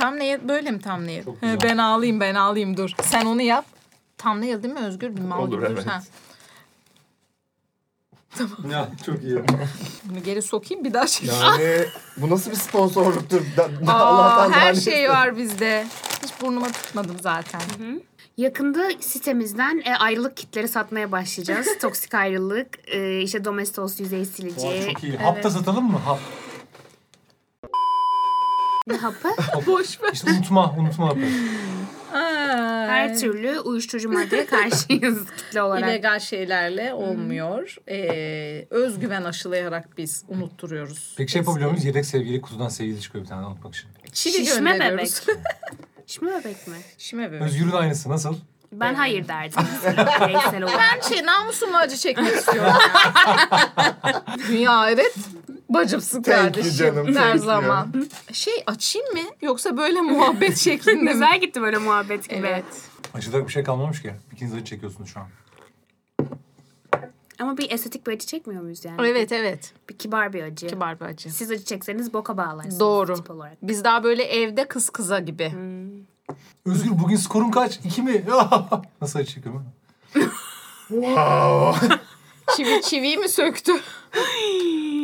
thumbnail böyle mi thumbnail? Çok He, güzel. ben ağlayayım ben ağlayayım dur. Sen onu yap. Thumbnail değil mi Özgür? Bir mal Olur, gibi dur. evet. Ha. Ya çok iyi. Bunu geri sokayım bir daha şey. Yani bu nasıl bir sponsorluktur? Da, da Aa, Allah'tan her lanet şey olsun. var bizde. Hiç burnuma tutmadım zaten. Yakında sitemizden e, ayrılık kitleri satmaya başlayacağız. Toksik ayrılık, e, işte domestos yüzey Oha, silici. çok iyi. Hap da satalım mı? Hap. Ne hapı? Boş ver. İşte unutma, unutma hapı. Her türlü uyuşturucu maddeye karşıyız kitle olarak. İllegal şeylerle olmuyor. Ee, özgüven aşılayarak biz unutturuyoruz. Peki şey yapabiliyor muyuz? Yedek sevgili kutudan sevgili çıkıyor bir tane unutmak için. Çili Şişme gönderiyoruz. Şişme bebek mi? Şişme bebek. Özgür'ün aynısı nasıl? Ben hayır derdim. Bireysel olarak. Ben şey namusumla acı çekmek istiyorum. yani. Dünya hayret bacımsın Thank you kardeşim. canım, thank her you. zaman. Şey açayım mı yoksa böyle muhabbet şeklinde mi? Güzel gitti böyle muhabbet gibi. Evet. Acıda bir şey kalmamış ki. İkiniz acı çekiyorsunuz şu an. Ama bir estetik bir acı çekmiyor muyuz yani? Evet evet. Bir kibar bir acı. Kibar bir acı. Siz acı çekseniz boka bağlarsınız. Doğru. Tip olarak. Biz daha böyle evde kız kıza gibi. Özgür bugün skorun kaç? İki mi? Nasıl acı çekiyor? mu? Wow. Çivi çiviyi mi söktü?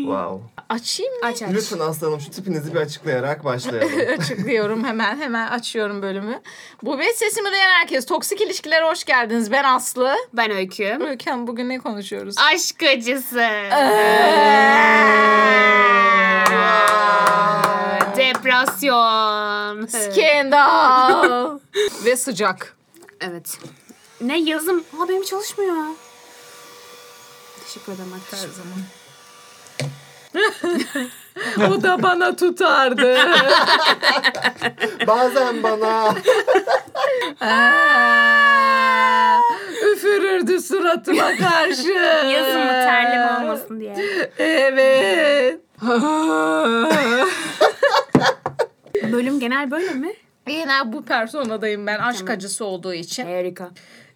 wow. Açayım mı? Aç aç. Lütfen aslanım şu tipinizi bir açıklayarak başlayalım. açıklıyorum hemen hemen açıyorum bölümü. Bu ve sesimi duyan herkes. Toksik ilişkilere hoş geldiniz. Ben Aslı. Ben Öykü. Öykü'm bugün ne konuşuyoruz? Aşk acısı. Ee. Depresyon. Skandal. ve sıcak. Evet. Ne yazım? Aa benim çalışmıyor. Teşekkür ederim Her arkadaşlar. zaman. o da bana tutardı. Bazen bana Aa, Üfürürdü suratıma karşı. Yazın mı Ee. terleme olmasın diye. Evet. Bölüm genel böyle mi? Genel bu personadayım ben aşk acısı olduğu için. Harika.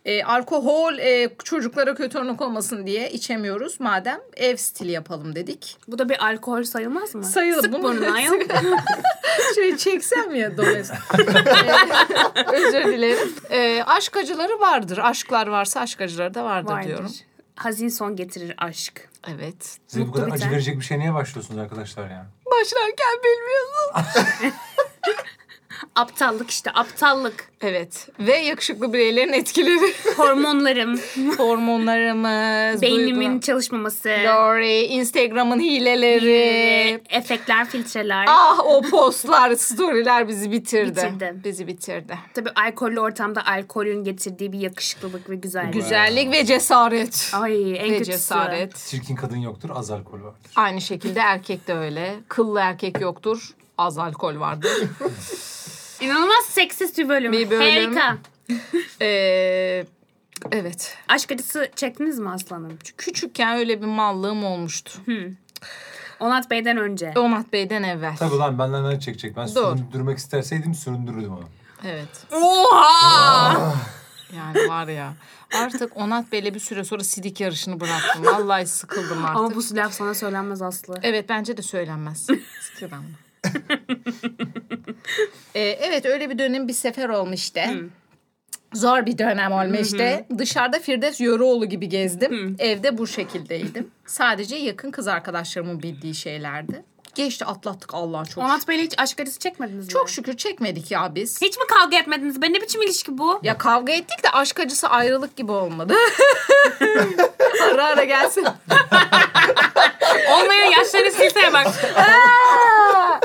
E, alkohol e, çocuklara kötü örnek olmasın diye içemiyoruz madem ev stili yapalım dedik. Bu da bir alkol sayılmaz mı? Sayılır, Sık bunu- burnunu ayol. Şey çeksem ya dolayı. Ee, özür dilerim. E, aşk acıları vardır. Aşklar varsa aşk acıları da vardır, diyorum. Vardır. Hazin son getirir aşk. Evet. Size bu Mutlu kadar acı biter. verecek bir şey niye başlıyorsunuz arkadaşlar yani? Başlarken bilmiyorsun. Aptallık işte aptallık. Evet. Ve yakışıklı bireylerin etkileri. Hormonlarım, Hormonlarımız. beynimin duygular- çalışmaması, Doğru. Instagram'ın hileleri. e, efektler, filtreler. ah o postlar, storyler bizi bitirdi. Bitirdi. Bizi bitirdi. Tabii alkollü ortamda alkolün getirdiği bir yakışıklılık ve güzellik. Güzellik ve cesaret. Ay en ve kötüsü. cesaret. Çirkin kadın yoktur, az alkol vardır. Aynı şekilde erkek de öyle. Kıllı erkek yoktur. Az alkol vardır. İnanılmaz seksist bir bölüm. Bir bölüm. Harika. Ee, evet. Aşk acısı çektiniz mi aslanım? Çünkü Küçükken öyle bir mallığım olmuştu. Onat Bey'den önce. Onat Bey'den evvel. Tabii lan benden ne çekecek? Ben Doğru. süründürmek isterseydim süründürürdüm ama. Evet. Oha! Yani var ya. Artık Onat Bey'le bir süre sonra sidik yarışını bıraktım. Vallahi sıkıldım artık. Ama bu laf sana söylenmez Aslı. Evet bence de söylenmez. Sıkıdan mı? Ee, evet öyle bir dönem bir sefer olmuştu. Zor bir dönem olmuştu. Dışarıda Firdevs Yöreoğlu gibi gezdim. Evde bu şekildeydim. Sadece yakın kız arkadaşlarımın bildiği şeylerdi. Geçti atlattık Allah'a çok şükür. Onat Bey'le hiç aşk acısı çekmediniz mi? Çok şükür çekmedik ya biz. Hiç mi kavga etmediniz? Ben ne biçim ilişki bu? Ya kavga ettik de aşk acısı ayrılık gibi olmadı. ara ara gelsin. Olmayan yaşları silseye bak.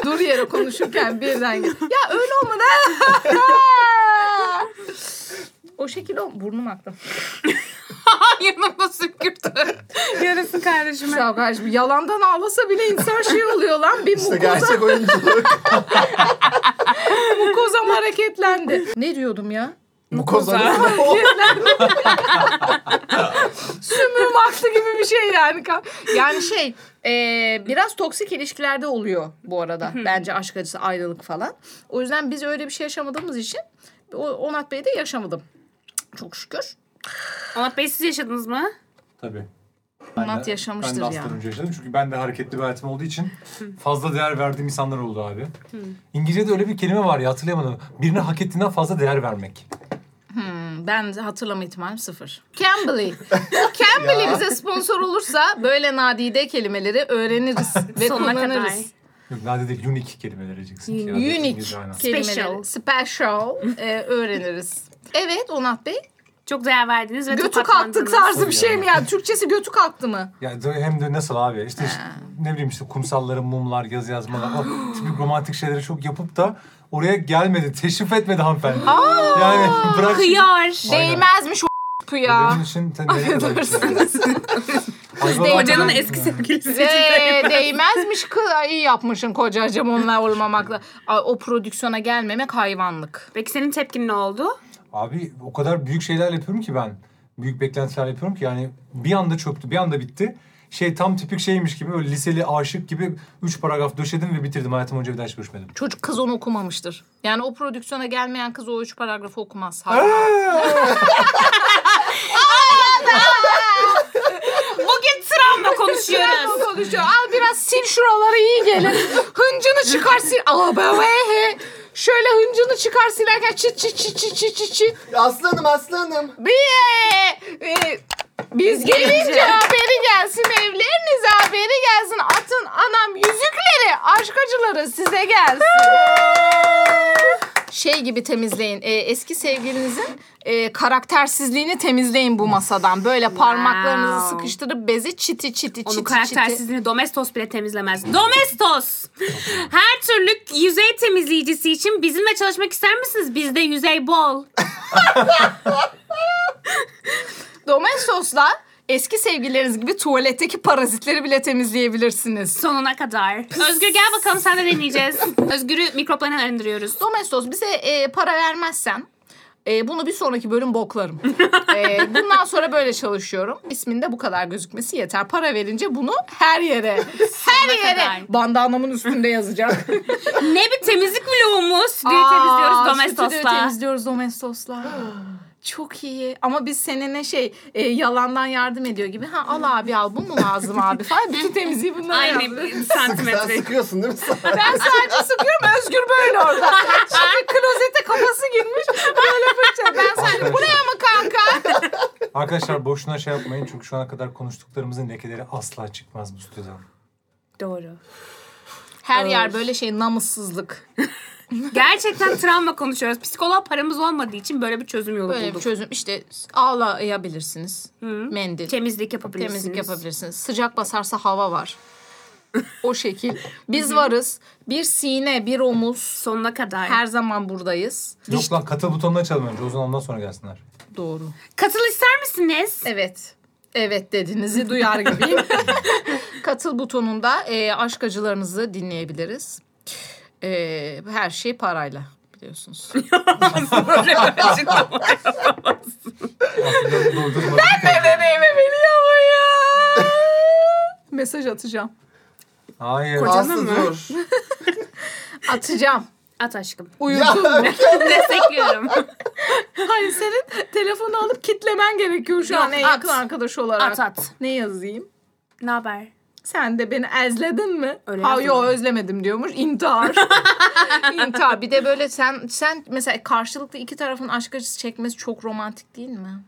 Dur yere konuşurken birden gel. Ya öyle olmadı. o şekil o. Burnum aktı. Yanımda sükürtü. Yarısı kardeşime. Sağ ol kardeşim. Yalandan ağlasa bile insan şey oluyor lan. Bir işte mukozam, gerçek oyunculuk. mukozam hareketlendi. Ne diyordum ya? Bu kozanın Sümür vakti gibi bir şey yani. Yani şey e, biraz toksik ilişkilerde oluyor bu arada. Bence aşk acısı ayrılık falan. O yüzden biz öyle bir şey yaşamadığımız için o, Onat Bey'i de yaşamadım. Çok şükür. Onat Bey siz yaşadınız mı? Tabii. Murat yaşamıştır ben de ya. aslan önce yaşadım. Çünkü ben de hareketli bir hayatım olduğu için fazla değer verdiğim insanlar oldu abi. İngilizce'de öyle bir kelime var ya hatırlayamadım. Birine hak ettiğinden fazla değer vermek. Ben hatırlama ihtimalim sıfır. Cambly. O Cambly bize sponsor olursa böyle nadide kelimeleri öğreniriz ve Sonuna kadar. kullanırız. Yok nadide unique kelimeler diyeceksin. ki. Yani Unique İngilizce aynen. kelimeleri. Special. Special. e, öğreniriz. Evet Onat Bey. Çok değer verdiniz ve Götü kalktık tokatlandınız. tarzı bir Tabii şey ya. mi yani? Türkçesi götü kalktı mı? Ya de- hem de nasıl abi işte işte ne bileyim işte kumsalların mumlar yazı yazmalar o tipik romantik şeyleri çok yapıp da oraya gelmedi teşrif etmedi hanımefendi. yani bırak Kıyar. Aynen. Değmezmiş o ya. Benim için sen nereye kadar Affedersiniz. Ayva değil. bakmadan- Hocanın eski sevgilisi. Ve Ee, değmezmiş kız. Ay, iyi yapmışsın kocacığım onunla olmamakla. Ay, o prodüksiyona gelmemek hayvanlık. Peki senin tepkin ne oldu? Abi o kadar büyük şeyler yapıyorum ki ben. Büyük beklentiler yapıyorum ki yani bir anda çöktü bir anda bitti. Şey tam tipik şeymiş gibi öyle liseli aşık gibi üç paragraf döşedim ve bitirdim. Hayatım önce bir daha hiç görüşmedim. Çocuk kız onu okumamıştır. Yani o prodüksiyona gelmeyen kız o üç paragrafı okumaz. Hayvan. Bugün travma konuşuyoruz. Biraz konuşuyor. Al biraz sil şuraları iyi gelir. Hıncını çıkar sil. Aa, be, be, he. Şöyle hıncını çıkar silerken çıt çıt çıt çıt çıt çıt çıt. Aslanım aslanım. Bir, e, biz gelince haberi gelsin evlerinize haberi gelsin. Atın anam yüzükleri aşk acıları size gelsin. Şey gibi temizleyin. e, eski sevgilinizin e, karaktersizliğini temizleyin bu masadan. Böyle parmaklarınızı sıkıştırıp bezi çiti çiti çiti Onun çiti. karaktersizliğini domestos bile temizlemez. Domestos! Her türlü yüzey temizleyicisi için bizimle çalışmak ister misiniz? Bizde yüzey bol. Domestos'la eski sevgilileriniz gibi tuvaletteki parazitleri bile temizleyebilirsiniz. Sonuna kadar. Özgür gel bakalım sen de deneyeceğiz. Özgür'ü mikroplarından arındırıyoruz. Domestos bize e, para vermezsen e, bunu bir sonraki bölüm boklarım. E, bundan sonra böyle çalışıyorum. İsminde bu kadar gözükmesi yeter. Para verince bunu her yere, her yere kadar. bandanamın üstünde yazacak. Ne bir temizlik vlogumuz. Stüdyoyu Aa, temizliyoruz stüdyoyu domestosla. temizliyoruz domestosla. Çok iyi. Ama biz seninle şey e, yalandan yardım ediyor gibi. Ha al abi al bu mu lazım abi falan. Bütün temizliği bunlara Aynı yapıyor. bir Sen santimetre. sıkıyorsun değil mi? Ben sadece sıkıyorum Özgür böyle orada. Şimdi klozete kafası girmiş. Böyle fırça. Ben sadece buraya mı kanka? Arkadaşlar boşuna şey yapmayın çünkü şu ana kadar konuştuklarımızın lekeleri asla çıkmaz bu stüdyodan. Doğru. Her yer böyle şey namussuzluk. Gerçekten travma konuşuyoruz. Psikoloğa paramız olmadığı için böyle bir çözüm yolu Böyle bir bulduk. çözüm. İşte ağlayabilirsiniz. Mendil. Temizlik yapabilirsiniz. Temizlik yapabilirsiniz. Sıcak basarsa hava var. O şekil. Biz varız. Bir sine, bir omuz. Sonuna kadar. Her zaman buradayız. Yok lan katıl butonuna çalın önce o zaman ondan sonra gelsinler. Doğru. Katıl ister misiniz? Evet. Evet dediğinizi duyar gibiyim. Katıl butonunda e, aşk acılarınızı dinleyebiliriz. E, her şey parayla biliyorsunuz. Ben Bebeğime biliyor mu ya? Mesaj atacağım. Hayır. Aslı dur. Atacağım. At aşkım. Uyudum. Destekliyorum. Hayır senin telefonu alıp kitlemen gerekiyor şu Yok, an en at. yakın arkadaş olarak. at at. Ne yazayım? Ne haber? Sen de beni ezledin mi? Öyle ha yazmadım. yo özlemedim diyormuş. İntihar. İntihar. Bir de böyle sen sen mesela karşılıklı iki tarafın aşk acısı çekmesi çok romantik değil mi?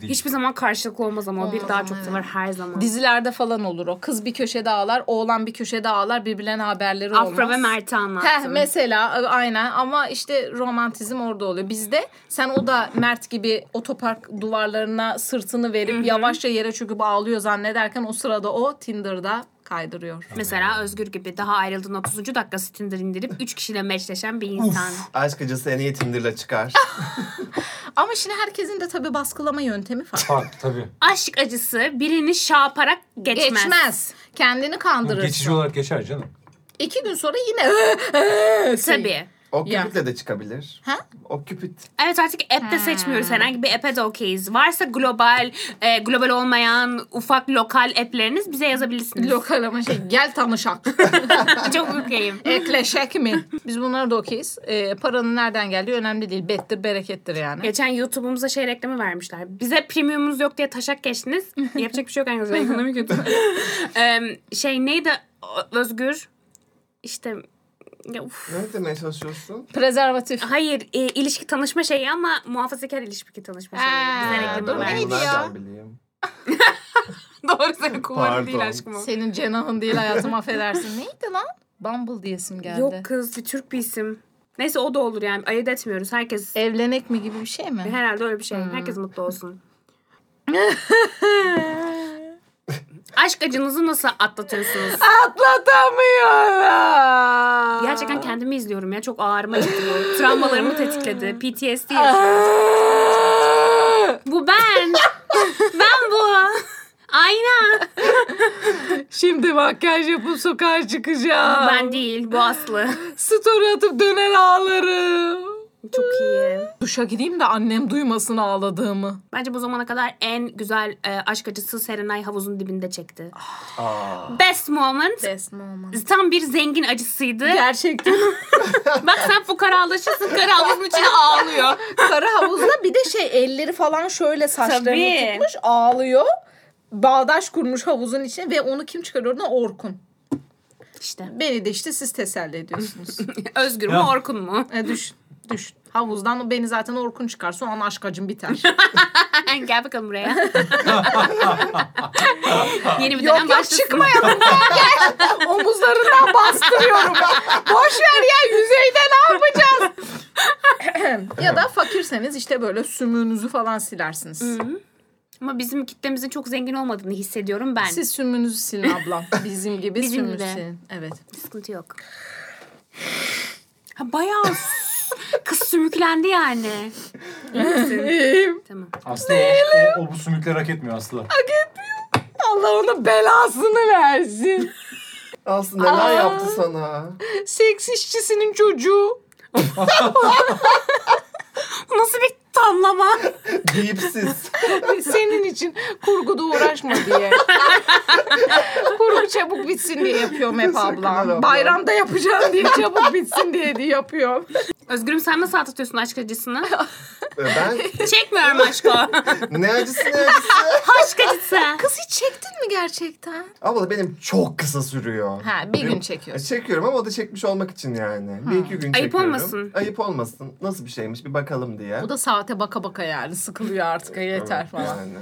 Değil. Hiçbir zaman karşılıklı olmaz ama o bir Olmaz daha ama çok evet. sever her zaman. Dizilerde falan olur o. Kız bir köşede ağlar, oğlan bir köşede ağlar. Birbirlerine haberleri olmaz. Afra ve Mert'i Heh, anlattım. mesela aynen ama işte romantizm orada oluyor. Bizde sen o da Mert gibi otopark duvarlarına sırtını verip yavaşça yere çöküp ağlıyor zannederken o sırada o Tinder'da kaydırıyor. Mesela Özgür gibi daha ayrıldığın 30. dakikası Tinder indirip 3 kişiyle meçleşen bir insan. Aşk acısı en iyi Tinder'la çıkar. Ah, Ama şimdi herkesin de tabii baskılama yöntemi farklı. Fark tabii. Aşk acısı birini şaparak geçmez. Geçmez. Kendini kandırırsın. Geçici olarak geçer canım. İki gün sonra yine "Ee, ee," şey. Tabii. O Ya. küpütle de çıkabilir. Ha? O küpüt. Evet artık app de seçmiyoruz. Herhangi bir app'e de okeyiz. Varsa global, e, global olmayan ufak lokal app'leriniz bize yazabilirsiniz. Lokal ama şey gel tanışak. Çok okeyim. Ekleşek mi? Biz bunları da okeyiz. Ee, paranın nereden geldiği önemli değil. Bettir berekettir yani. Geçen YouTube'umuza şey reklamı vermişler. Bize premiumumuz yok diye taşak geçtiniz. Yapacak bir şey yok arkadaşlar. Ekonomi kötü. Em, şey neydi Ö- Özgür? İşte ya uf. Ne demeye çalışıyorsun? Prezervatif. Hayır e, ilişki tanışma şeyi ama muhafazakar ilişki tanışma şeyi. Ha, Bize doğru. reklamı Ben Neydi vermiş. bunu ya? Ee, nereden bileyim? Doğru senin kumarın değil Pardon. aşkım o. Senin cenahın değil hayatım affedersin. Neydi lan? Bumble diyesim geldi. Yok kız bir Türk bir isim. Neyse o da olur yani. Ayırt etmiyoruz. Herkes Evlenek mi gibi bir şey mi? herhalde öyle bir şey. Herkes mutlu olsun. Aşk acınızı nasıl atlatıyorsunuz? Atlatamıyorum. Gerçekten kendimi izliyorum ya. Çok ağrıma gitti bu. Travmalarımı tetikledi. PTSD yaşıyorum. Ee, Bu ben. ben bu. Ayna. Şimdi makyaj yapıp sokağa çıkacağım. Ben değil. Bu Aslı. Story atıp döner ağlarım. Çok iyi. Duşa gideyim de annem duymasın ağladığımı. Bence bu zamana kadar en güzel e, aşk acısı Serenay havuzun dibinde çekti. Aa. Best moment. Desmama. Tam bir zengin acısıydı. Gerçekten. Bak sen fukaralaşırsın. Kara havuzun içine ağlıyor. Kara havuzda bir de şey elleri falan şöyle saçlarını Tabii. tutmuş ağlıyor. Bağdaş kurmuş havuzun içine ve onu kim çıkarıyor oradan? Orkun. İşte. Beni de işte siz teselli ediyorsunuz. Özgür mü Ya. Orkun mu? e, düş, düş. Havuzdan beni zaten Orkun çıkar. Sonra aşk acım biter. Gel bakalım buraya. Yeni bir dönem yok yok başlasın. çıkmayalım. Gel, gel. Omuzlarından bastırıyorum. Boş ver ya yüzeyde ne yapacağız? ya da fakirseniz işte böyle sümüğünüzü falan silersiniz. Ama bizim kitlemizin çok zengin olmadığını hissediyorum ben. Siz sümüğünüzü silin ablam. Bizim gibi Bizim sümüğü de. silin. Evet. Sıkıntı yok. Ha, bayağı kız sümüklendi yani. İyiyim. Tamam. Aslı o, o, bu sümükleri hak etmiyor Aslı. Allah ona belasını versin. Aslı neler Aa. yaptı sana? Seks işçisinin çocuğu. Bu nasıl bir tamlama? Deyipsiz. Senin için kurguda uğraşma diye. Kurgu çabuk bitsin diye yapıyorum hep Sakınlar ablam. ablam. Bayramda yapacağım diye çabuk bitsin diye diye yapıyorum. Özgürüm sen nasıl atlatıyorsun aşk acısını? Ee, ben Çekmiyorum aşk o. ne acısı ne acısı. Aşk acısı. Kız hiç çektin mi gerçekten? Abla benim çok kısa sürüyor. Ha bir gün E, çekiyorsun. Hmm. Çekiyorum ama o da çekmiş olmak için yani. Bir iki gün Ayıp çekiyorum. olmasın. Ayıp olmasın. Nasıl bir şeymiş bir bakalım diye. Bu da saate baka baka yani sıkılıyor artık yeter falan. Yani.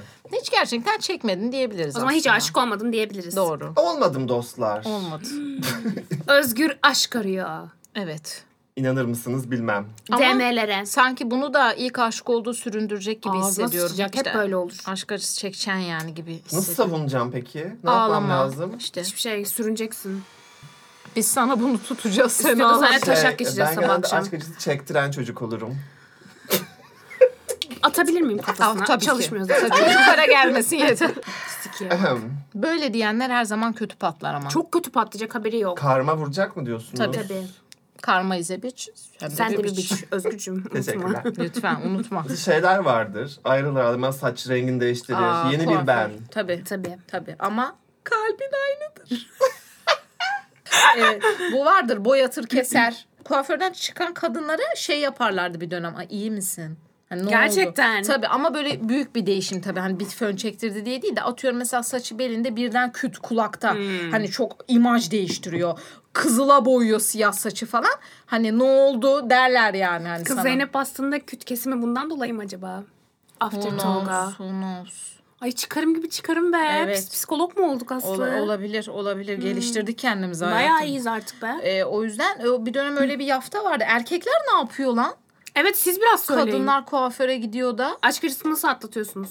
Hiç gerçekten çekmedin diyebiliriz O zaman hiç aşık olmadın diyebiliriz. Doğru. Olmadım dostlar. Olmadı. Özgür aşk arıyor. Evet. İnanır mısınız bilmem. Ama- DM'lere. Sanki bunu da ilk aşık olduğu süründürecek gibi Ağzına hissediyorum. sıçacak, hep İşte böyle olur. Aşk acısı çekeceksin yani gibi hissediyorum. Nasıl savunacağım peki? Ne yapmam Ağlama. lazım? İşte Hiçbir şey sürüneceksin. biz sana bunu tutacağız sen Üstüne de ağla. sana taşak Şey, geçeceğiz ben sabah genelde akşam. aşk acısı çektiren çocuk olurum. Atabilir miyim kafasına? Al, tabii ki. Çalışmıyor zaten. Çocuklara gelmesin yeter. Pislik ya. Ahem. Böyle diyenler her zaman kötü patlar ama. Çok kötü patlayacak haberi yok. Karma vuracak mı diyorsunuz? Tabii. Tabii. karma ize biç. Sen de bir biç Özgürcüm. Teşekkürler. Lütfen unutma. Şeyler vardır. Ayrılır ayrılmaz saç rengini değiştirir. Aa, Yeni kuaför. bir ben. Tabii Tabii. tabii ama kalbin aynıdır. evet, bu vardır boyatır keser. Kuaförden çıkan kadınlara şey yaparlardı bir dönem. Ay, iyi misin? Hani ne oldu? Gerçekten. Tabii ama böyle büyük bir değişim tabii. Hani bir fön çektirdi diye değil de atıyorum mesela saçı belinde birden küt kulakta. Hmm. Hani çok imaj değiştiriyor. Kızıla boyuyor siyah saçı falan. Hani ne oldu derler yani hani Kız sana. Zeynep bastığında küt kesimi bundan dolayı mı acaba? After Who Tolga. knows, who knows. Ay çıkarım gibi çıkarım be. Evet. Biz psikolog mu olduk Aslı? Ola- olabilir, olabilir. Geliştirdik kendimizi hayatım. Hmm. Bayağı iyiyiz artık be. Ee, o yüzden o bir dönem öyle bir yafta vardı. Erkekler ne yapıyor lan? Evet siz biraz söyleyin. Kadınlar kuaföre gidiyor da. Aşk acısını nasıl atlatıyorsunuz?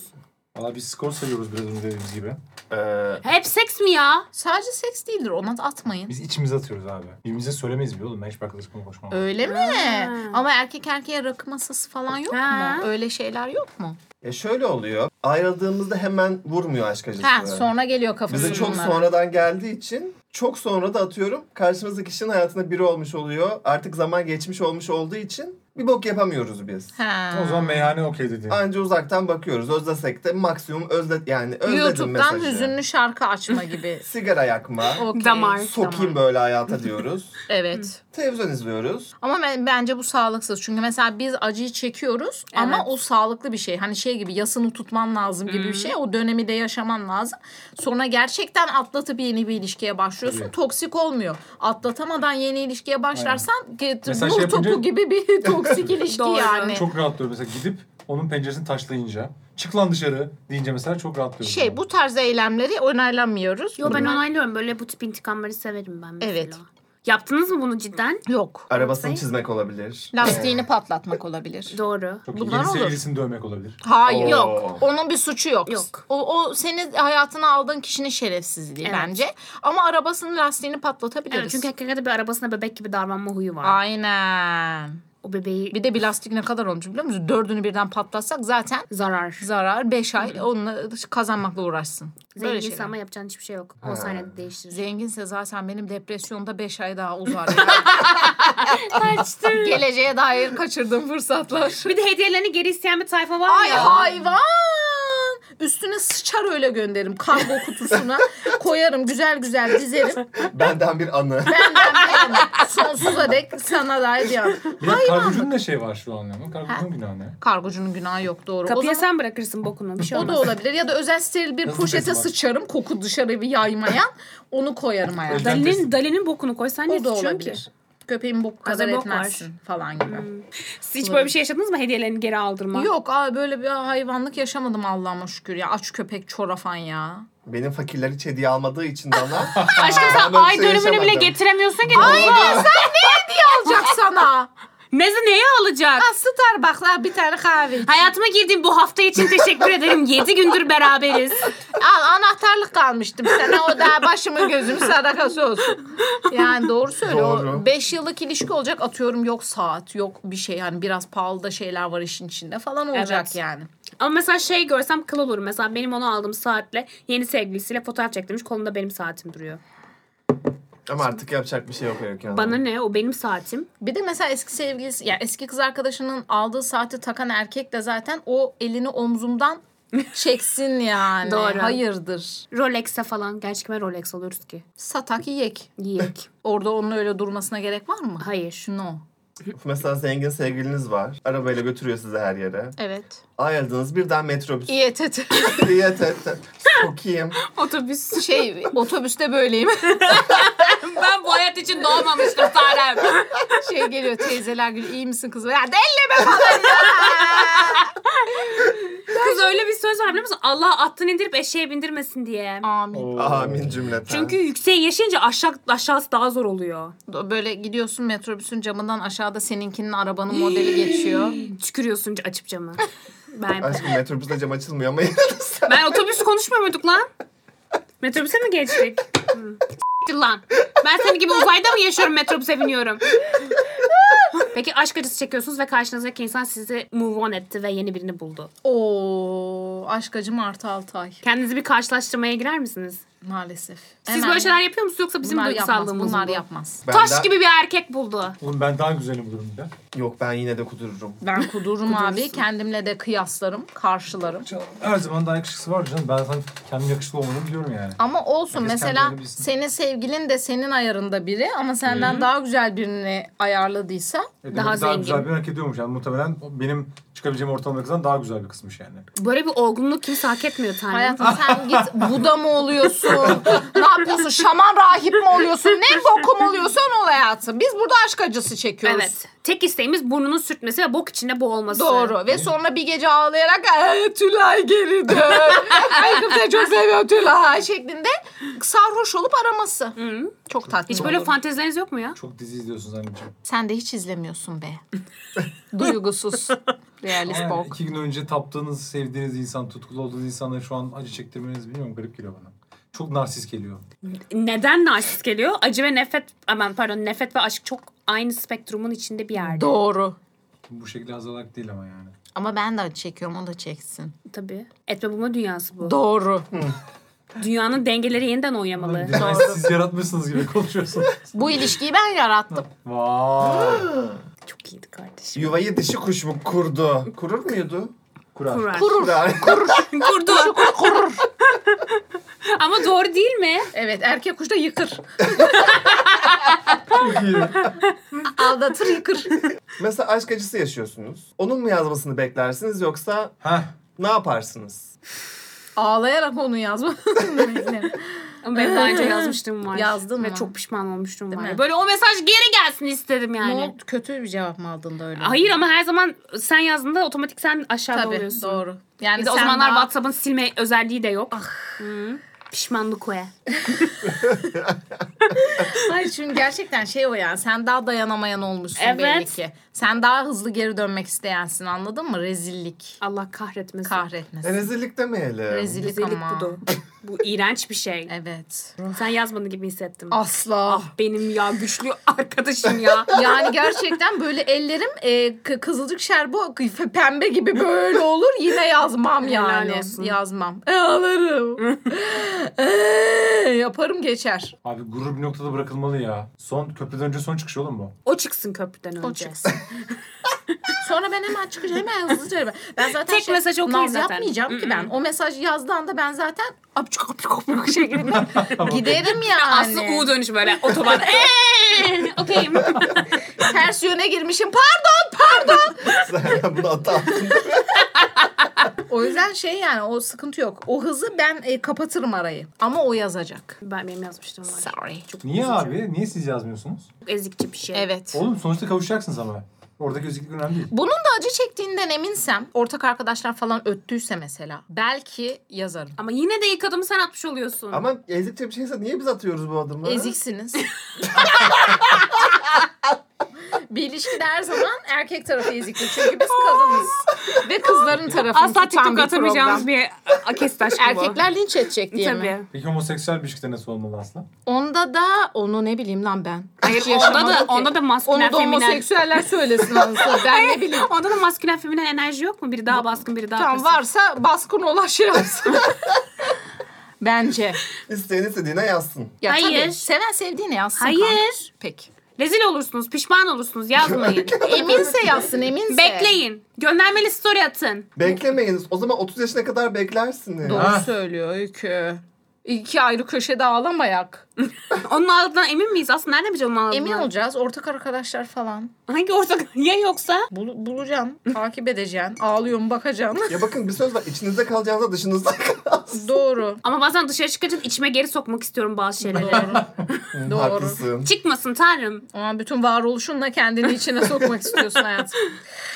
Valla biz skor sayıyoruz biraz önce dediğimiz gibi. Ee, Hep seks mi ya? Sadece seks değildir. Ona da atmayın. Biz içimize atıyoruz abi. Birbirimize söylemeyiz bile oğlum. Ben hiçbir arkadaşımla konuşmam. Öyle mi? Ha. Ama erkek erkeğe rakı masası falan yok Ha. mu? Öyle şeyler yok mu? ya şöyle oluyor. ayrıldığımızda hemen vurmuyor aşk acısı. Ha, sonra geliyor kafası Bize çok bunlara. sonradan geldiği için çok sonra da atıyorum karşımızdaki kişinin hayatında biri olmuş oluyor. Artık zaman geçmiş olmuş olduğu için bir bok yapamıyoruz biz. Ha. O zaman meyhane okey dedi. Anca uzaktan bakıyoruz. Özlesek de maksimum özle yani özledim YouTube'dan mesajı. hüzünlü şarkı açma gibi. Sigara yakma. Okey, Damar. sokayım tamam. böyle hayata diyoruz. Evet. Televizyon izliyoruz. Ama ben- bence bu sağlıksız. Çünkü mesela biz acıyı çekiyoruz ama o sağlıklı bir şey. Hani şey gibi yasını tutman lazım gibi bir şey. O dönemi de yaşaman lazım. Sonra gerçekten atlatıp yeni bir ilişkiye başlıyorsun. Tabii. Toksik olmuyor. Atlatamadan yeni ilişkiye başlarsan ki- Mesela nur şey topu yapınca- gibi bir toksik ilişki Doğru. yani. Çok rahatlıyorum mesela gidip onun penceresini taşlayınca. Çık lan dışarı deyince mesela çok rahatlıyorum. Şey bu tarz eylemleri onaylamıyoruz. Yo ben Bunlar- onaylıyorum. Böyle bu tip intikamları severim ben mesela. Evet. Yaptınız mı bunu cidden? Yok. Arabasını çizmek olabilir. Lastiğini patlatmak olabilir. Doğru. Çok bunlar Bunlar olur. sevgilisini dövmek olabilir. Hayır. Oo. Yok. Onun bir suçu yok. Yok. O, o senin hayatına aldığın kişinin şerefsizliği Evet. bence. Ama arabasının lastiğini patlatabiliriz. Evet, çünkü hakikaten bir arabasına bebek gibi davranma huyu var. Aynen. O bebeği Bir de bir lastik ne kadar olmuş biliyor musun? Dördünü birden patlatsak zaten zarar. zarar. Beş ay onunla kazanmakla uğraşsın. Böyle Zenginse şeyler. ama yapacağın hiçbir şey yok. O sahnede değiştirir. Zenginse zaten benim depresyonda beş ay daha uzar. Kaçtı. Geleceğe dair kaçırdığım fırsatlar. Bir de hediyelerini geri isteyen bir tayfa var Ay ya. hayvan. Üstüne sıçar öyle gönderirim kargo kutusuna. Koyarım güzel güzel dizerim. Benden bir anı. Benden beğenme. Sonsuza dek sana dair bir an. Bir de kargocu'nun da şey var şu an. yani. Kargocu'nun günahı ne? Kargocunun günahı yok doğru. Kapıya o zaman sen bırakırsın bokunu. Bir şey o olmaz. da olabilir. Ya da özel steril bir Nasıl poşete testi var? sıçarım. Koku dışarı bir yaymayan. Onu koyarım ayağına. Özel- Dali'nin, Dali'nin bokunu koy. Sen ne O da suçuyorsun ki? olabilir. Köpeğin boku kadar Hazır bok var. etmezsin falan gibi. Siz hiç böyle bir şey yaşadınız mı? Hediyelerini geri aldırma. Yok aa, böyle bir hayvanlık yaşamadım Allah'ıma şükür ya. Aç köpek çorafan ya. Benim fakirler hiç hediye almadı için bana. Aşkım sen Ben ay böyle bir şey dönümünü bile yaşamadım. getiremiyorsun ki. Alacak sana. Neyse neye alacak? Ha, Starbucks'la bir tane kahve Hayatıma girdiğin bu hafta için teşekkür ederim. 7 gündür beraberiz. Al anahtarlık kalmıştım sana o da başımı gözümü sadakası olsun. Yani doğru söylüyor. Doğru. 5 yıllık ilişki olacak atıyorum yok saat yok bir şey yani biraz pahalı da şeyler var işin içinde falan olacak Evet. yani. Ama mesela şey görsem kıl olurum. Mesela benim onu aldığım saatle yeni sevgilisiyle fotoğraf çektirmiş. Kolunda benim saatim duruyor. Ama artık yapacak bir şey yok Öykü Hanım. Bana ne? O benim saatim. Bir de mesela eski sevgilisi ya eski kız arkadaşının aldığı saati takan erkek de zaten o elini omzumdan çeksin yani. Doğru. Hayırdır. Rolex'e falan. Gerçi kime Rolex alıyoruz ki? Satak yiyek. Yiyek. Orada onun öyle durmasına gerek var mı? Hayır. No. Mesela zengin sevgiliniz var. Arabayla götürüyor sizi her yere. Evet. Ayrıldınız birden metrobüs. İETT. Diyet et. Sokayım. Otobüs. Şey otobüste böyleyim. Ben bu hayat için doğmamıştım Sarem. Şey geliyor teyzeler gülüyor. iyi misin kızım? Ya elleme falan. Kız öyle bir söz var biliyor musun? Allah attın indirip eşeğe bindirmesin diye. Amin. Amin cümleten. Çünkü yükseğe yaşayınca aşağı, aşağısı daha zor oluyor. Böyle gidiyorsun metrobüsün camından aşağıda seninkinin arabanın modeli geçiyor. Tükürüyorsun açıp camı. Ben, Aşkım metrobüste cam açılmıyor ama yine de sen. ben otobüs konuşmuyor muyduk lan? Metrobüse mi geçtik? Hı. S**tir lan. Ben senin gibi uzayda mı yaşıyorum metrobüse biniyorum? Peki aşk acısı çekiyorsunuz ve karşınızdaki insan sizi move on etti ve yeni birini buldu. Oo, aşk acım artı 6 ay Kendinizi bir karşılaştırmaya girer misiniz? maalesef. Siz Hemen- böyle şeyler yapıyor musunuz yoksa bizim bunlar yapmaz. duygusallığımız mı Bunlar bu? yapmaz. Taş Benden- gibi bir erkek buldu. Oğlum ben daha güzelim bu durumda. Yok ben yine de kudururum. Ben kudururum abi. Kendimle de kıyaslarım, karşılarım. Canım, Her zaman daha yakışıklısı var canım. Ben zaten kendim yakışıklı olmadığımı biliyorum yani. Ama olsun Herkes mesela kendini bilsin. senin sevgilin de senin ayarında biri ama senden daha güzel birini ayarladıysa E, Daha daha, daha zengin. güzel bir hak ediyormuş. Yani muhtemelen o benim çıkabileceğim ortalama kızdan daha güzel bir kızmış yani. Böyle bir olgunluk kimse hak etmiyor Tanrım. Hayatım sen git Buda mı oluyorsun? ne yapıyorsun? Şaman rahip mi oluyorsun? Ne bokum oluyorsun ol hayatım. Biz burada aşk acısı çekiyoruz. Evet. Tek isteğimiz burnunun sürtmesi ve bok içinde boğulması. Doğru. Ve sonra bir gece ağlayarak "Ee, Tülay geri dön. Aşkım seni çok seviyorum Tülay şeklinde sarhoş olup araması. Çok tatlı. Hiç böyle fantezileriniz yok mu ya? Çok dizi izliyorsunuz anneciğim. Sen de hiç izlemiyorsun be. Duygusuz. Realist Yani bok. iki gün önce taptığınız, sevdiğiniz insan, tutkulu olduğunuz insanla şu an acı çektirmeniz bilmiyorum garip geliyor bana. Çok narsist geliyor. Neden narsist geliyor? Acı ve nefret, aman pardon nefret ve aşk çok aynı spektrumun içinde bir yerde. Doğru. Bu şekilde azalarak değil ama yani. Ama ben de acı çekiyorum o da çeksin. Tabii. Etme bulma dünyası bu. Doğru. Dünyanın dengeleri yeniden oynamalı. Siz- Siz yaratmışsınız gibi konuşuyorsunuz. Bu ilişkiyi ben yarattım. Vay. Çok iyiydi kardeşim. Yuvayı dişi kuş mu kurdu? Kurur muydu? Kurar. Kurar. Kurur. Kurur. Kurdu. Ama doğru değil mi? Evet erkek kuş da yıkır. Çok iyi. Aldatır yıkır. Mesela aşk acısı yaşıyorsunuz. Onun mu yazmasını beklersiniz yoksa Heh. ne yaparsınız? Ağlayarak onu yazma. Ama ben daha önce yazmıştım var. Yazdın Ve mı? çok pişman olmuştum Değil var. mi? Böyle o mesaj geri gelsin istedim yani. Ne oldu? Kötü bir cevap mı aldın da öyle? Hayır ama her zaman sen yazdığında otomatik sen aşağıda Tabii oluyorsun. doğru. Yani Bir de o sen Ah. zamanlar daha- WhatsApp'ın silme özelliği de yok. Hı. Pişmanlık o ya. Hayır çünkü gerçekten şey o yani sen daha dayanamayan olmuşsun Evet. belli ki. Sen daha hızlı geri dönmek isteyensin anladın mı? Rezillik. Allah kahretmesin. Kahretmesin. E, rezillik demeyelim. Rezillik, Rezillik ama. bu da. Bu iğrenç bir şey. Evet. Sen yazmadın gibi hissettim. Asla. Ah, Benim ya güçlü arkadaşım ya. Yani gerçekten böyle ellerim e, k- kızılcık şerbo k- pembe gibi böyle olur yine yazmam Helal yani. olsun. Yazmam. E, alırım. E, yaparım geçer. Abi gurur bir noktada bırakılmalı ya. Son köprüden önce son çıkış olur mu? O çıksın köprüden önce. O çıksın. Sonra ben hemen çıkacağım hemen hızlıca. arayacağım. Ben zaten şey Tek mesaj okey naz zaten. yapmayacağım ki ben. O mesaj yazdığı anda ben zaten apçuk apçuk apçuk şeklinde. giderim yani. Aslı U dönüş böyle otoban. Eee! Okey. Ters yöne girmişim. Pardon pardon. Sen bunu hata yaptın. o yüzden şey yani o sıkıntı yok. O hızı ben e, kapatırım arayı. Ama o yazacak. Ben benim yazmıştım var. Sorry. Çok Niye üzücü. abi? Niye siz yazmıyorsunuz? Çok ezikçi bir şey. Evet. Oğlum sonuçta kavuşacaksınız ama. Oradaki özellik önemli değil. Bunun da acı çektiğinden eminsem, ortak arkadaşlar falan öttüyse mesela, belki yazarım. Ama yine de ilk adımı sen atmış oluyorsun. Ama ezikçe bir şeyse niye biz atıyoruz bu adımları? Eziksiniz. bir ilişkide her zaman erkek tarafı ezikli. Çünkü biz kadınız. Ve kızların tarafını Asla tutan TikTok bir atamayacağımız program. bir e, akes taş Erkekler linç edecek diye mi? Tabii. Peki homoseksüel bir ilişkide nasıl olmalı Aslı? Onda da onu ne bileyim lan ben. Hayır Hiç onda da yaşamadım ki. onda da maskülen onu da feminen. homoseksüeller söylesin anasını. Ben ne bileyim. Onda da maskülen feminen enerji yok mu? Biri daha baskın, biri daha Tam pasif. varsa baskın olan şey yapsın. Bence. İsteyen istediğine yazsın. Ya Hayır. tabii, seven sevdiğine yazsın. kanka. Hayır. Peki. Rezil olursunuz, pişman olursunuz. Yazmayın. Eminse yazsın eminse. Bekleyin. Göndermeli story atın. Beklemeyiniz. O zaman 30 yaşına kadar beklersiniz. Doğru Ha. söylüyor Öykü. İki ayrı köşede ağlamayak. Onun aldığından emin miyiz? Aslında nereden bileceğim onun aldığından? Emin olacağız. Ortak arkadaşlar falan. Hangi ortak? Ya yoksa? Bul- bulacaksın. takip edeceksin. Ağlıyor mu bakacaksın. Ya bakın bir söz var. İçinizde kalacağınıza dışınızda kalsın. Doğru. Ama bazen dışarı çıkınca içime geri sokmak istiyorum bazı şeyleri. Doğru. Doğru. Haklısın. Çıkmasın tanrım. Ama bütün varoluşunla kendini içine sokmak istiyorsun hayatım.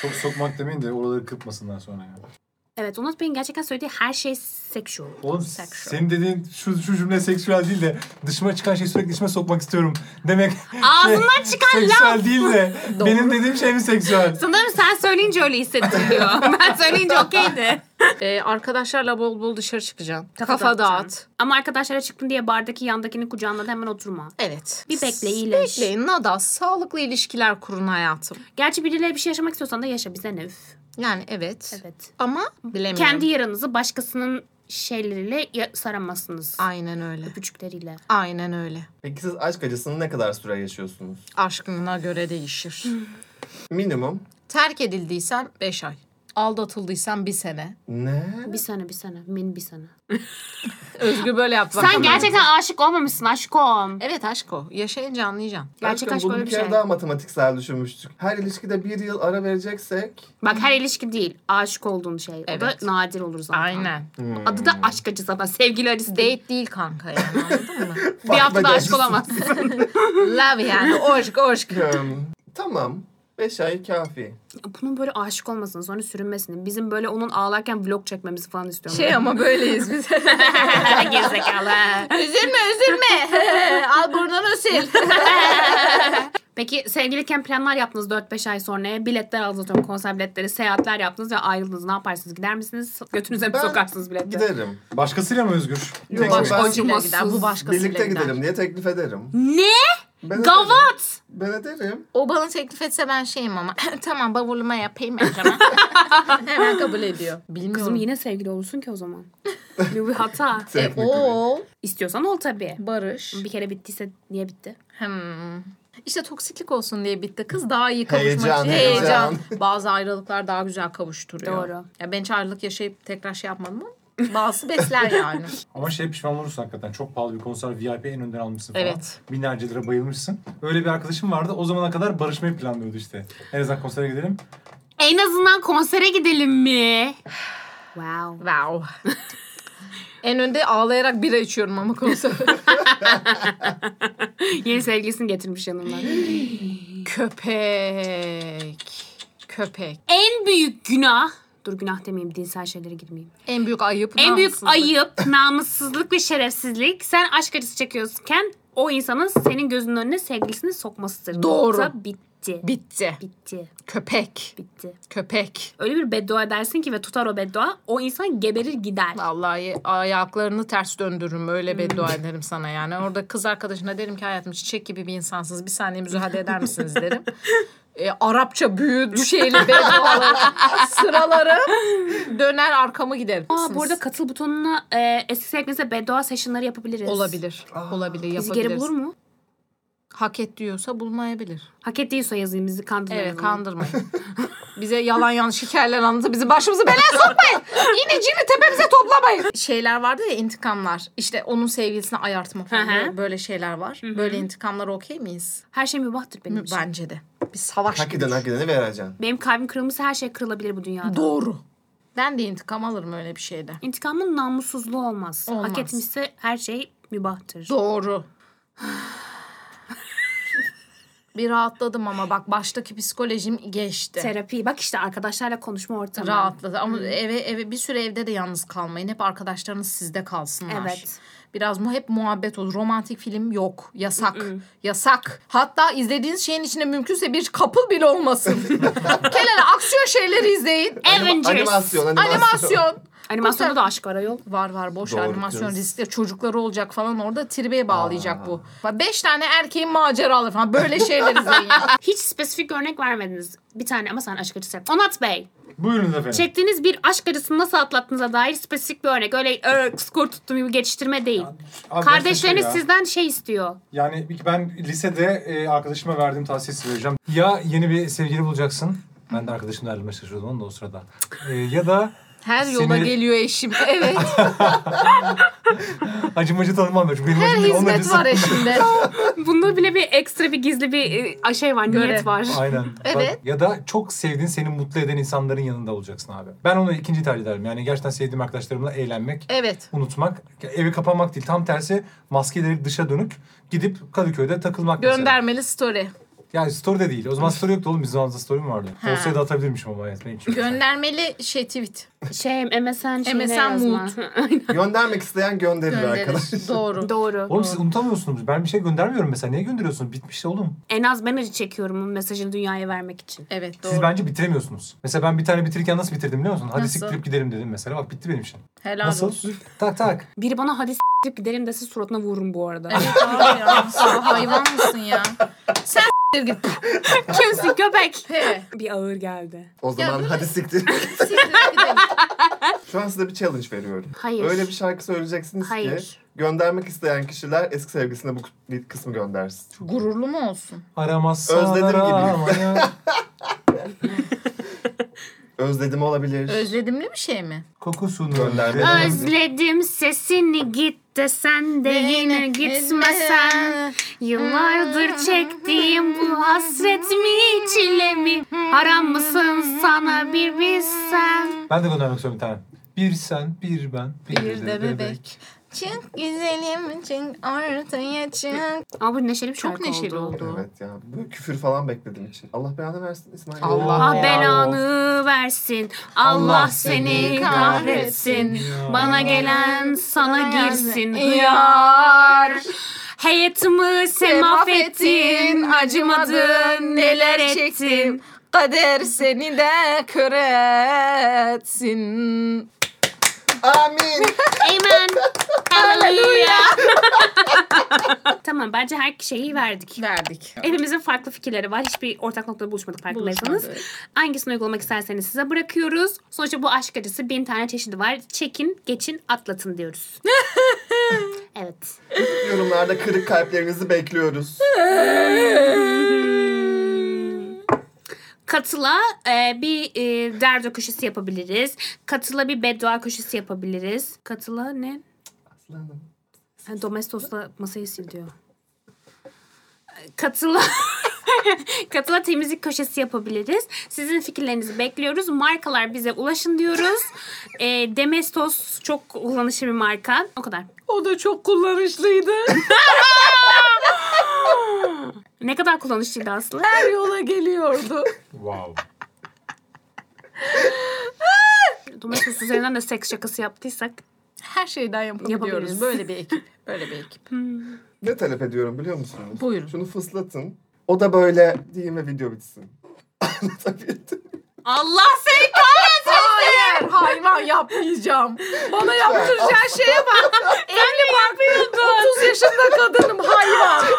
Çok sokmak demeyin de oraları kırpmasınlar sonra ya. Evet Onat Bey'in gerçekten söylediği her şey sexual. Oğlum Sexual. senin dediğin şu, şu cümle seksüel değil de dışıma çıkan şey sürekli içime sokmak istiyorum demek Ağzından çıkan laf. seksüel değil de Doğru. benim dediğim şey mi seksüel? Sanırım sen söyleyince öyle hissettiriyor. ben söyleyince okeydi. Ee, arkadaşlarla bol bol dışarı çıkacaksın. Kafa, dağıtacaksın. dağıt. Ama arkadaşlara çıktın diye bardaki yandakinin kucağına da hemen oturma. Evet. Bir bekle, iyileş. Bekleyin nada. Sağlıklı ilişkiler kurun hayatım. Gerçi biriyle bir şey yaşamak istiyorsan da yaşa bize ne üf. Yani evet. Evet. Ama bilemiyorum. Kendi yaranızı başkasının şeyleriyle ya- saramazsınız. Aynen öyle. Küçükleriyle. Aynen öyle. Peki siz aşk acısını ne kadar süre yaşıyorsunuz? Aşkına göre değişir. Minimum. Terk edildiysen 5 ay. Aldatıldıysan bir sene. Ne? Bir sene bir sene. Min bir sene. Özgü böyle yap bakalım. Sen gerçekten aşık olmamışsın aşkım. Evet aşk o. Yaşayınca anlayacaksın. Gerçek Aşkım, aşk bunu böyle bir kere şey. daha matematiksel düşünmüştük. Her ilişkide bir yıl ara vereceksek Bak her ilişki değil. Aşık olduğun şey. O da Evet. nadir olur zaten. Aynen. Adı da aşk acı zaten. Sevgili acısı değil. Date değil kanka yani anladın mı? Bir haftada Bakma aşık acısı. olamazsın. Love yani. Aşk aşk. Em, tamam. 5 ay kafi. Bunun böyle aşık olmasını sonra sürünmesini. Bizim böyle onun ağlarken vlog çekmemizi falan istiyorum. Şey ama böyleyiz biz. Gerizekalı. üzülme üzülme. Al burnunu sil. Peki sevgiliyken planlar yaptınız 4-5 ay sonra. Biletler aldınız atıyorum, konser biletleri, seyahatler yaptınız ve ayrıldınız. Ne yaparsınız? Gider misiniz? Götünüze mi Ben sokarsınız biletleri? Giderim. Başkasıyla mı Özgür? Tek Yok, ben- mi? Başkasıyla gider. Bu başkasıyla Birlikte gider. giderim diye teklif ederim. Ne? Ben ederim. Gavat! Ben ederim. O bana teklif etse ben şeyim ama. tamam bavuluma yapayım ben hemen. hemen kabul ediyor. Bilmiyorum. Kızım yine sevgili olursun ki o zaman. Bu bir hata. E, Teknik olarak. o İstiyorsan ol tabii. Barış. Bir kere bittiyse niye bitti? Hmm. İşte toksiklik olsun diye bitti. Kız daha iyi kavuşmak Heyecan, için. Heyecan. heyecan. Bazı ayrılıklar daha güzel kavuşturuyor. Doğru. Ya ben hiç ayrılık yaşayıp tekrar şey yapmadım ama bazısı besler yani. Ama şey pişman olursun hakikaten. Çok pahalı bir konser VIP en önden almışsın falan. Evet. Binlerce lira bayılmışsın. Öyle bir arkadaşım vardı. O zamana kadar barışmayı planlıyordu işte. En azından konsere gidelim. En azından konsere gidelim mi? Wow. wow. en önde ağlayarak bira içiyorum ama konser. Yeni sevgilisini getirmiş yanımdan. Köpek. Köpek. en büyük günah Dur günah demeyeyim, dinsel şeylere girmeyeyim. En büyük ayıp. En büyük namussuzluk. ayıp, namussuzluk ve şerefsizlik. Sen aşk acısı çekiyorken o insanın senin gözünün önüne sevgilisini sokmasıdır. Doğru. Yoksa bitti. Bitti. bitti. Köpek. Bitti. Köpek. Öyle bir beddua edersin ki ve tutar o beddua. O insan geberir gider. Vallahi ayaklarını ters döndürürüm. Hmm. Öyle beddua ederim sana yani. Orada kız arkadaşına derim ki hayatım çiçek gibi bir insansınız. Bir saniye müsaade eder misiniz derim. E, Arapça büyü şeyli bedduaları sıraları döner arkamı giderim. Aa, bu arada katıl butonuna e, eski sevgilinize beddua sessionları yapabiliriz. olabilir. olabilir Bizi yapabiliriz. geri bulur mu? Hak et diyorsa bulmayabilir. Hak ettiyse yazayım bizi kandırmayın. Evet o zaman. kandırmayın. Bize yalan yanlış hikayeler anlatıp bizi başımızı belaya sokmayın. Yine cini tepemize toplamayın. Şeyler vardı ya intikamlar. İşte onun sevgilisine ayartma falan. Hı hı. Böyle- Böyle şeyler var. Böyle intikamlar okey miyiz? Her şey mübahtır benim için. Bence de. Bir savaş Hak gibi. eden hak edeni vereceksin. Benim kalbim kırılmışsa her şey kırılabilir bu dünyada. Doğru. Ben de intikam alırım öyle bir şeyde. İntikamın namussuzluğu olmaz. Olmaz. Hak etmişse her şey mübahtır. Doğru. bir rahatladım ama bak baştaki psikolojim geçti. Terapi. Bak işte arkadaşlarla konuşma ortamı. Rahatladı ama eve eve bir süre evde de yalnız kalmayın. Hep arkadaşlarınız sizde kalsınlar. Evet. Biraz mu hep muhabbet olur. Romantik film yok. Yasak. Yasak. Hatta izlediğiniz şeyin içinde mümkünse bir kapıl bile olmasın. Kenara aksiyon şeyleri izleyin. Avengers. Animasyon, animasyon. Animasyon. Animasyonda da aşk var ayol. Var var boş Doğru animasyon diyorsun. riskli. Çocukları olacak falan orada tribeye bağlayacak bu. Bak Beş tane erkeğin maceraları falan böyle şeyler izleyin. ya. Ah, Hiç spesifik örnek vermediniz. Bir tane ama sen aşk acısı yap. Onat Bey. Buyurunuz efendim. Çektiğiniz bir aşk acısını nasıl atlattığınıza dair spesifik bir örnek. Öyle "Ö, skor tuttum gibi geçiştirme değil. Abi Kardeşleriniz nasıl şey ya? sizden şey istiyor. Yani bir- ben lisede e, arkadaşıma verdiğim tavsiyesi vereceğim. Ya yeni bir sevgili bulacaksın. Ben de arkadaşımla ayrılmaya çalışıyordum onu da o sırada. E, ya da Her yola Seni- geliyor eşim. Evet. acımacı tanımam ben. Çünkü benim Her acım değil, onun hizmet acısı. var eşimde. Bunda bile bir ekstra bir gizli bir e, şey var, niyet Görev. var. Aynen. Evet. Ya da çok sevdiğin, seni mutlu eden insanların yanında olacaksın abi. Ben onu ikinci tercih ederim. Yani gerçekten sevdiğim arkadaşlarımla eğlenmek, Evet. unutmak, evi kapanmak değil. Tam tersi maskeleri dışa dönük gidip Kadıköy'de takılmak mesela. Göndermeli story. Yani story de değil. O zaman story yoktu oğlum. Bizim zamanımızda story mi vardı? Ha. Olsaydı atabilirmişim ama hayatım. Hiç yok. Göndermeli şey tweet. Şey MSN şeyine MSN yazma. Göndermek isteyen gönderir arkadaş. Gönderir. Doğru. Doğru. Oğlum siz unutamıyorsunuz. Ben bir şey göndermiyorum mesela. Niye gönderiyorsunuz? Bitmiş de oğlum. En az ben acı çekiyorum bu mesajını dünyaya vermek için. Evet Siz doğru. bence bitiremiyorsunuz. Mesela ben bir tane bitirirken nasıl bitirdim biliyor musun? Hadi Nasıl? siktirip gidelim dedim mesela. Bak bitti benim için. Helal Nasıl? olsun. tak tak. Biri bana hadi s**tip gidelim dese suratına vururum bu arada. Evet abi ya. Sen hayvan mısın ya? Sen s**tir git. Kimsin köpek? He. Bir ağır geldi. O zaman böyle- hadi siktir. Siktir gidelim. Şu an size bir challenge veriyorum. Hayır. Öyle bir şey şarkı söyleyeceksiniz ki Hayır. göndermek isteyen kişiler eski sevgilisine bu kı- kısmı göndersin. Gururlu mu olsun? Aramazsan Özledim gibi. aramaya. Özledim olabilir. Özledimli bir şey mi? Kokusunu Gönderme. özledim. Özledim sesini git de sen de yine gitmesen. Yıllardır çektiğim bu hasret mi çile mi? Haram mısın sana bir bilsen. Ben de göndermek istiyorum bir tane. Bir sen, bir ben, bir, Bir de bebek. Çık güzelim çık ortaya çık. Ama bu neşeli bir Çok şarkı neşeli oldu. Evet ya. Böyle küfür falan bekledim için. Allah belanı versin İsmail. Allah. Ah Ya. belanı versin. Allah seni kahretsin. Ya. Bana gelen sana girsin. Yar. Hayatımı semaf ettin, acımadın, neler ettin. Kader seni de kör etsin. Amin. Amen. Hallelujah. tamam bence her şeyi verdik. Verdik. Hepimizin farklı fikirleri var. Hiçbir ortak noktada buluşmadık farkındaysanız. Buluşmadık. Hangisini uygulamak isterseniz size bırakıyoruz. Sonuçta bu aşk acısı bin tane çeşidi var. Çekin, geçin, atlatın diyoruz. evet. Yorumlarda kırık kalplerinizi bekliyoruz. Katıla e, bir e, derdo köşesi yapabiliriz. Katıla bir beddua köşesi yapabiliriz. Katıla ne? Aslanım. Ha, Domestos'la masayı sil diyor. Katıla Katıla temizlik köşesi yapabiliriz. Sizin fikirlerinizi bekliyoruz. Markalar bize ulaşın diyoruz. E, Domestos çok kullanışlı bir marka. O kadar. O da çok kullanışlıydı. Ne kadar kullanışlıydı aslında. Her yola geliyordu. Wow. Domestos üzerinden de seks şakası yaptıysak. Her şeyden yapabiliyoruz. Yapabiliriz. Böyle bir ekip. Böyle bir ekip. Ne talep ediyorum biliyor musunuz? Buyurun. Şunu fıslatın. O da böyle diyeyim ve video bitsin. Anlatabildim. Allah seni Hayır hayvan yapmayacağım. Bana yaptıracağın şeye bak. Evli bakmıyordun. 30 yaşında kadınım hayvan.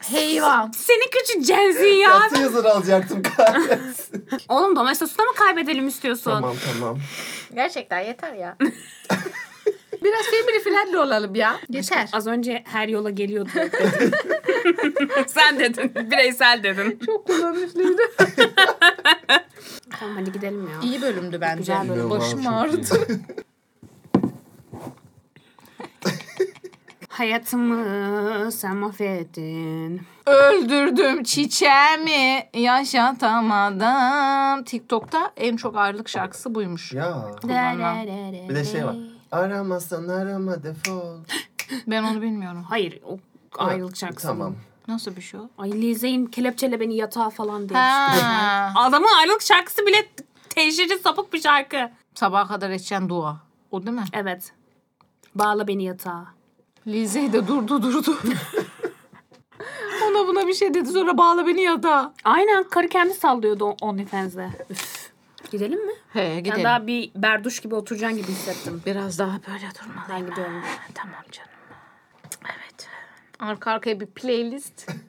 Heyvan. Seni küçük cenzi ya. Nasıl yazar alacaktım kahretsin. Oğlum Domestos'u da mı kaybedelim istiyorsun? tamam tamam. Gerçekten yeter ya. Biraz femini filan olalım ya. Yeter. Az önce her yola geliyordu. Sen dedin. Bireysel dedin. Çok kullanışlıydı. Tamam hadi gidelim ya. İyi bölümdü bence. Güzel bölüm. Başım İnanılmaz, çok ağrıdı. Hayatımı sen mahvettin. Öldürdüm çiçeğimi yaşatamadım. TikTok'ta en çok ayrılık şarkısı buymuş. Ya. Bir de şey var. Aramasan arama defol. Ben onu bilmiyorum. Hayır o ayrılık şarkısı. Tamam. Nasıl bir şey o? Ay Lize'in kelepçele beni yatağa falan diyor. Ha. Adamın ayrılık şarkısı bile teşhiri sapık bir şarkı. Sabaha kadar edeceğin dua. O değil mi? Evet. Bağla beni yatağa. Lize de durdu durdu. Ona buna bir şey dedi sonra bağla beni yatağa. Aynen karı kendi sallıyordu o- OnlyFans'de. Üf. Gidelim mi? He Ben gidelim. daha bir berduş gibi oturacaksın gibi hissettim. Biraz daha böyle durmalıyım. Ben gidiyorum. Tamam canım. Evet. Arka arkaya bir playlist.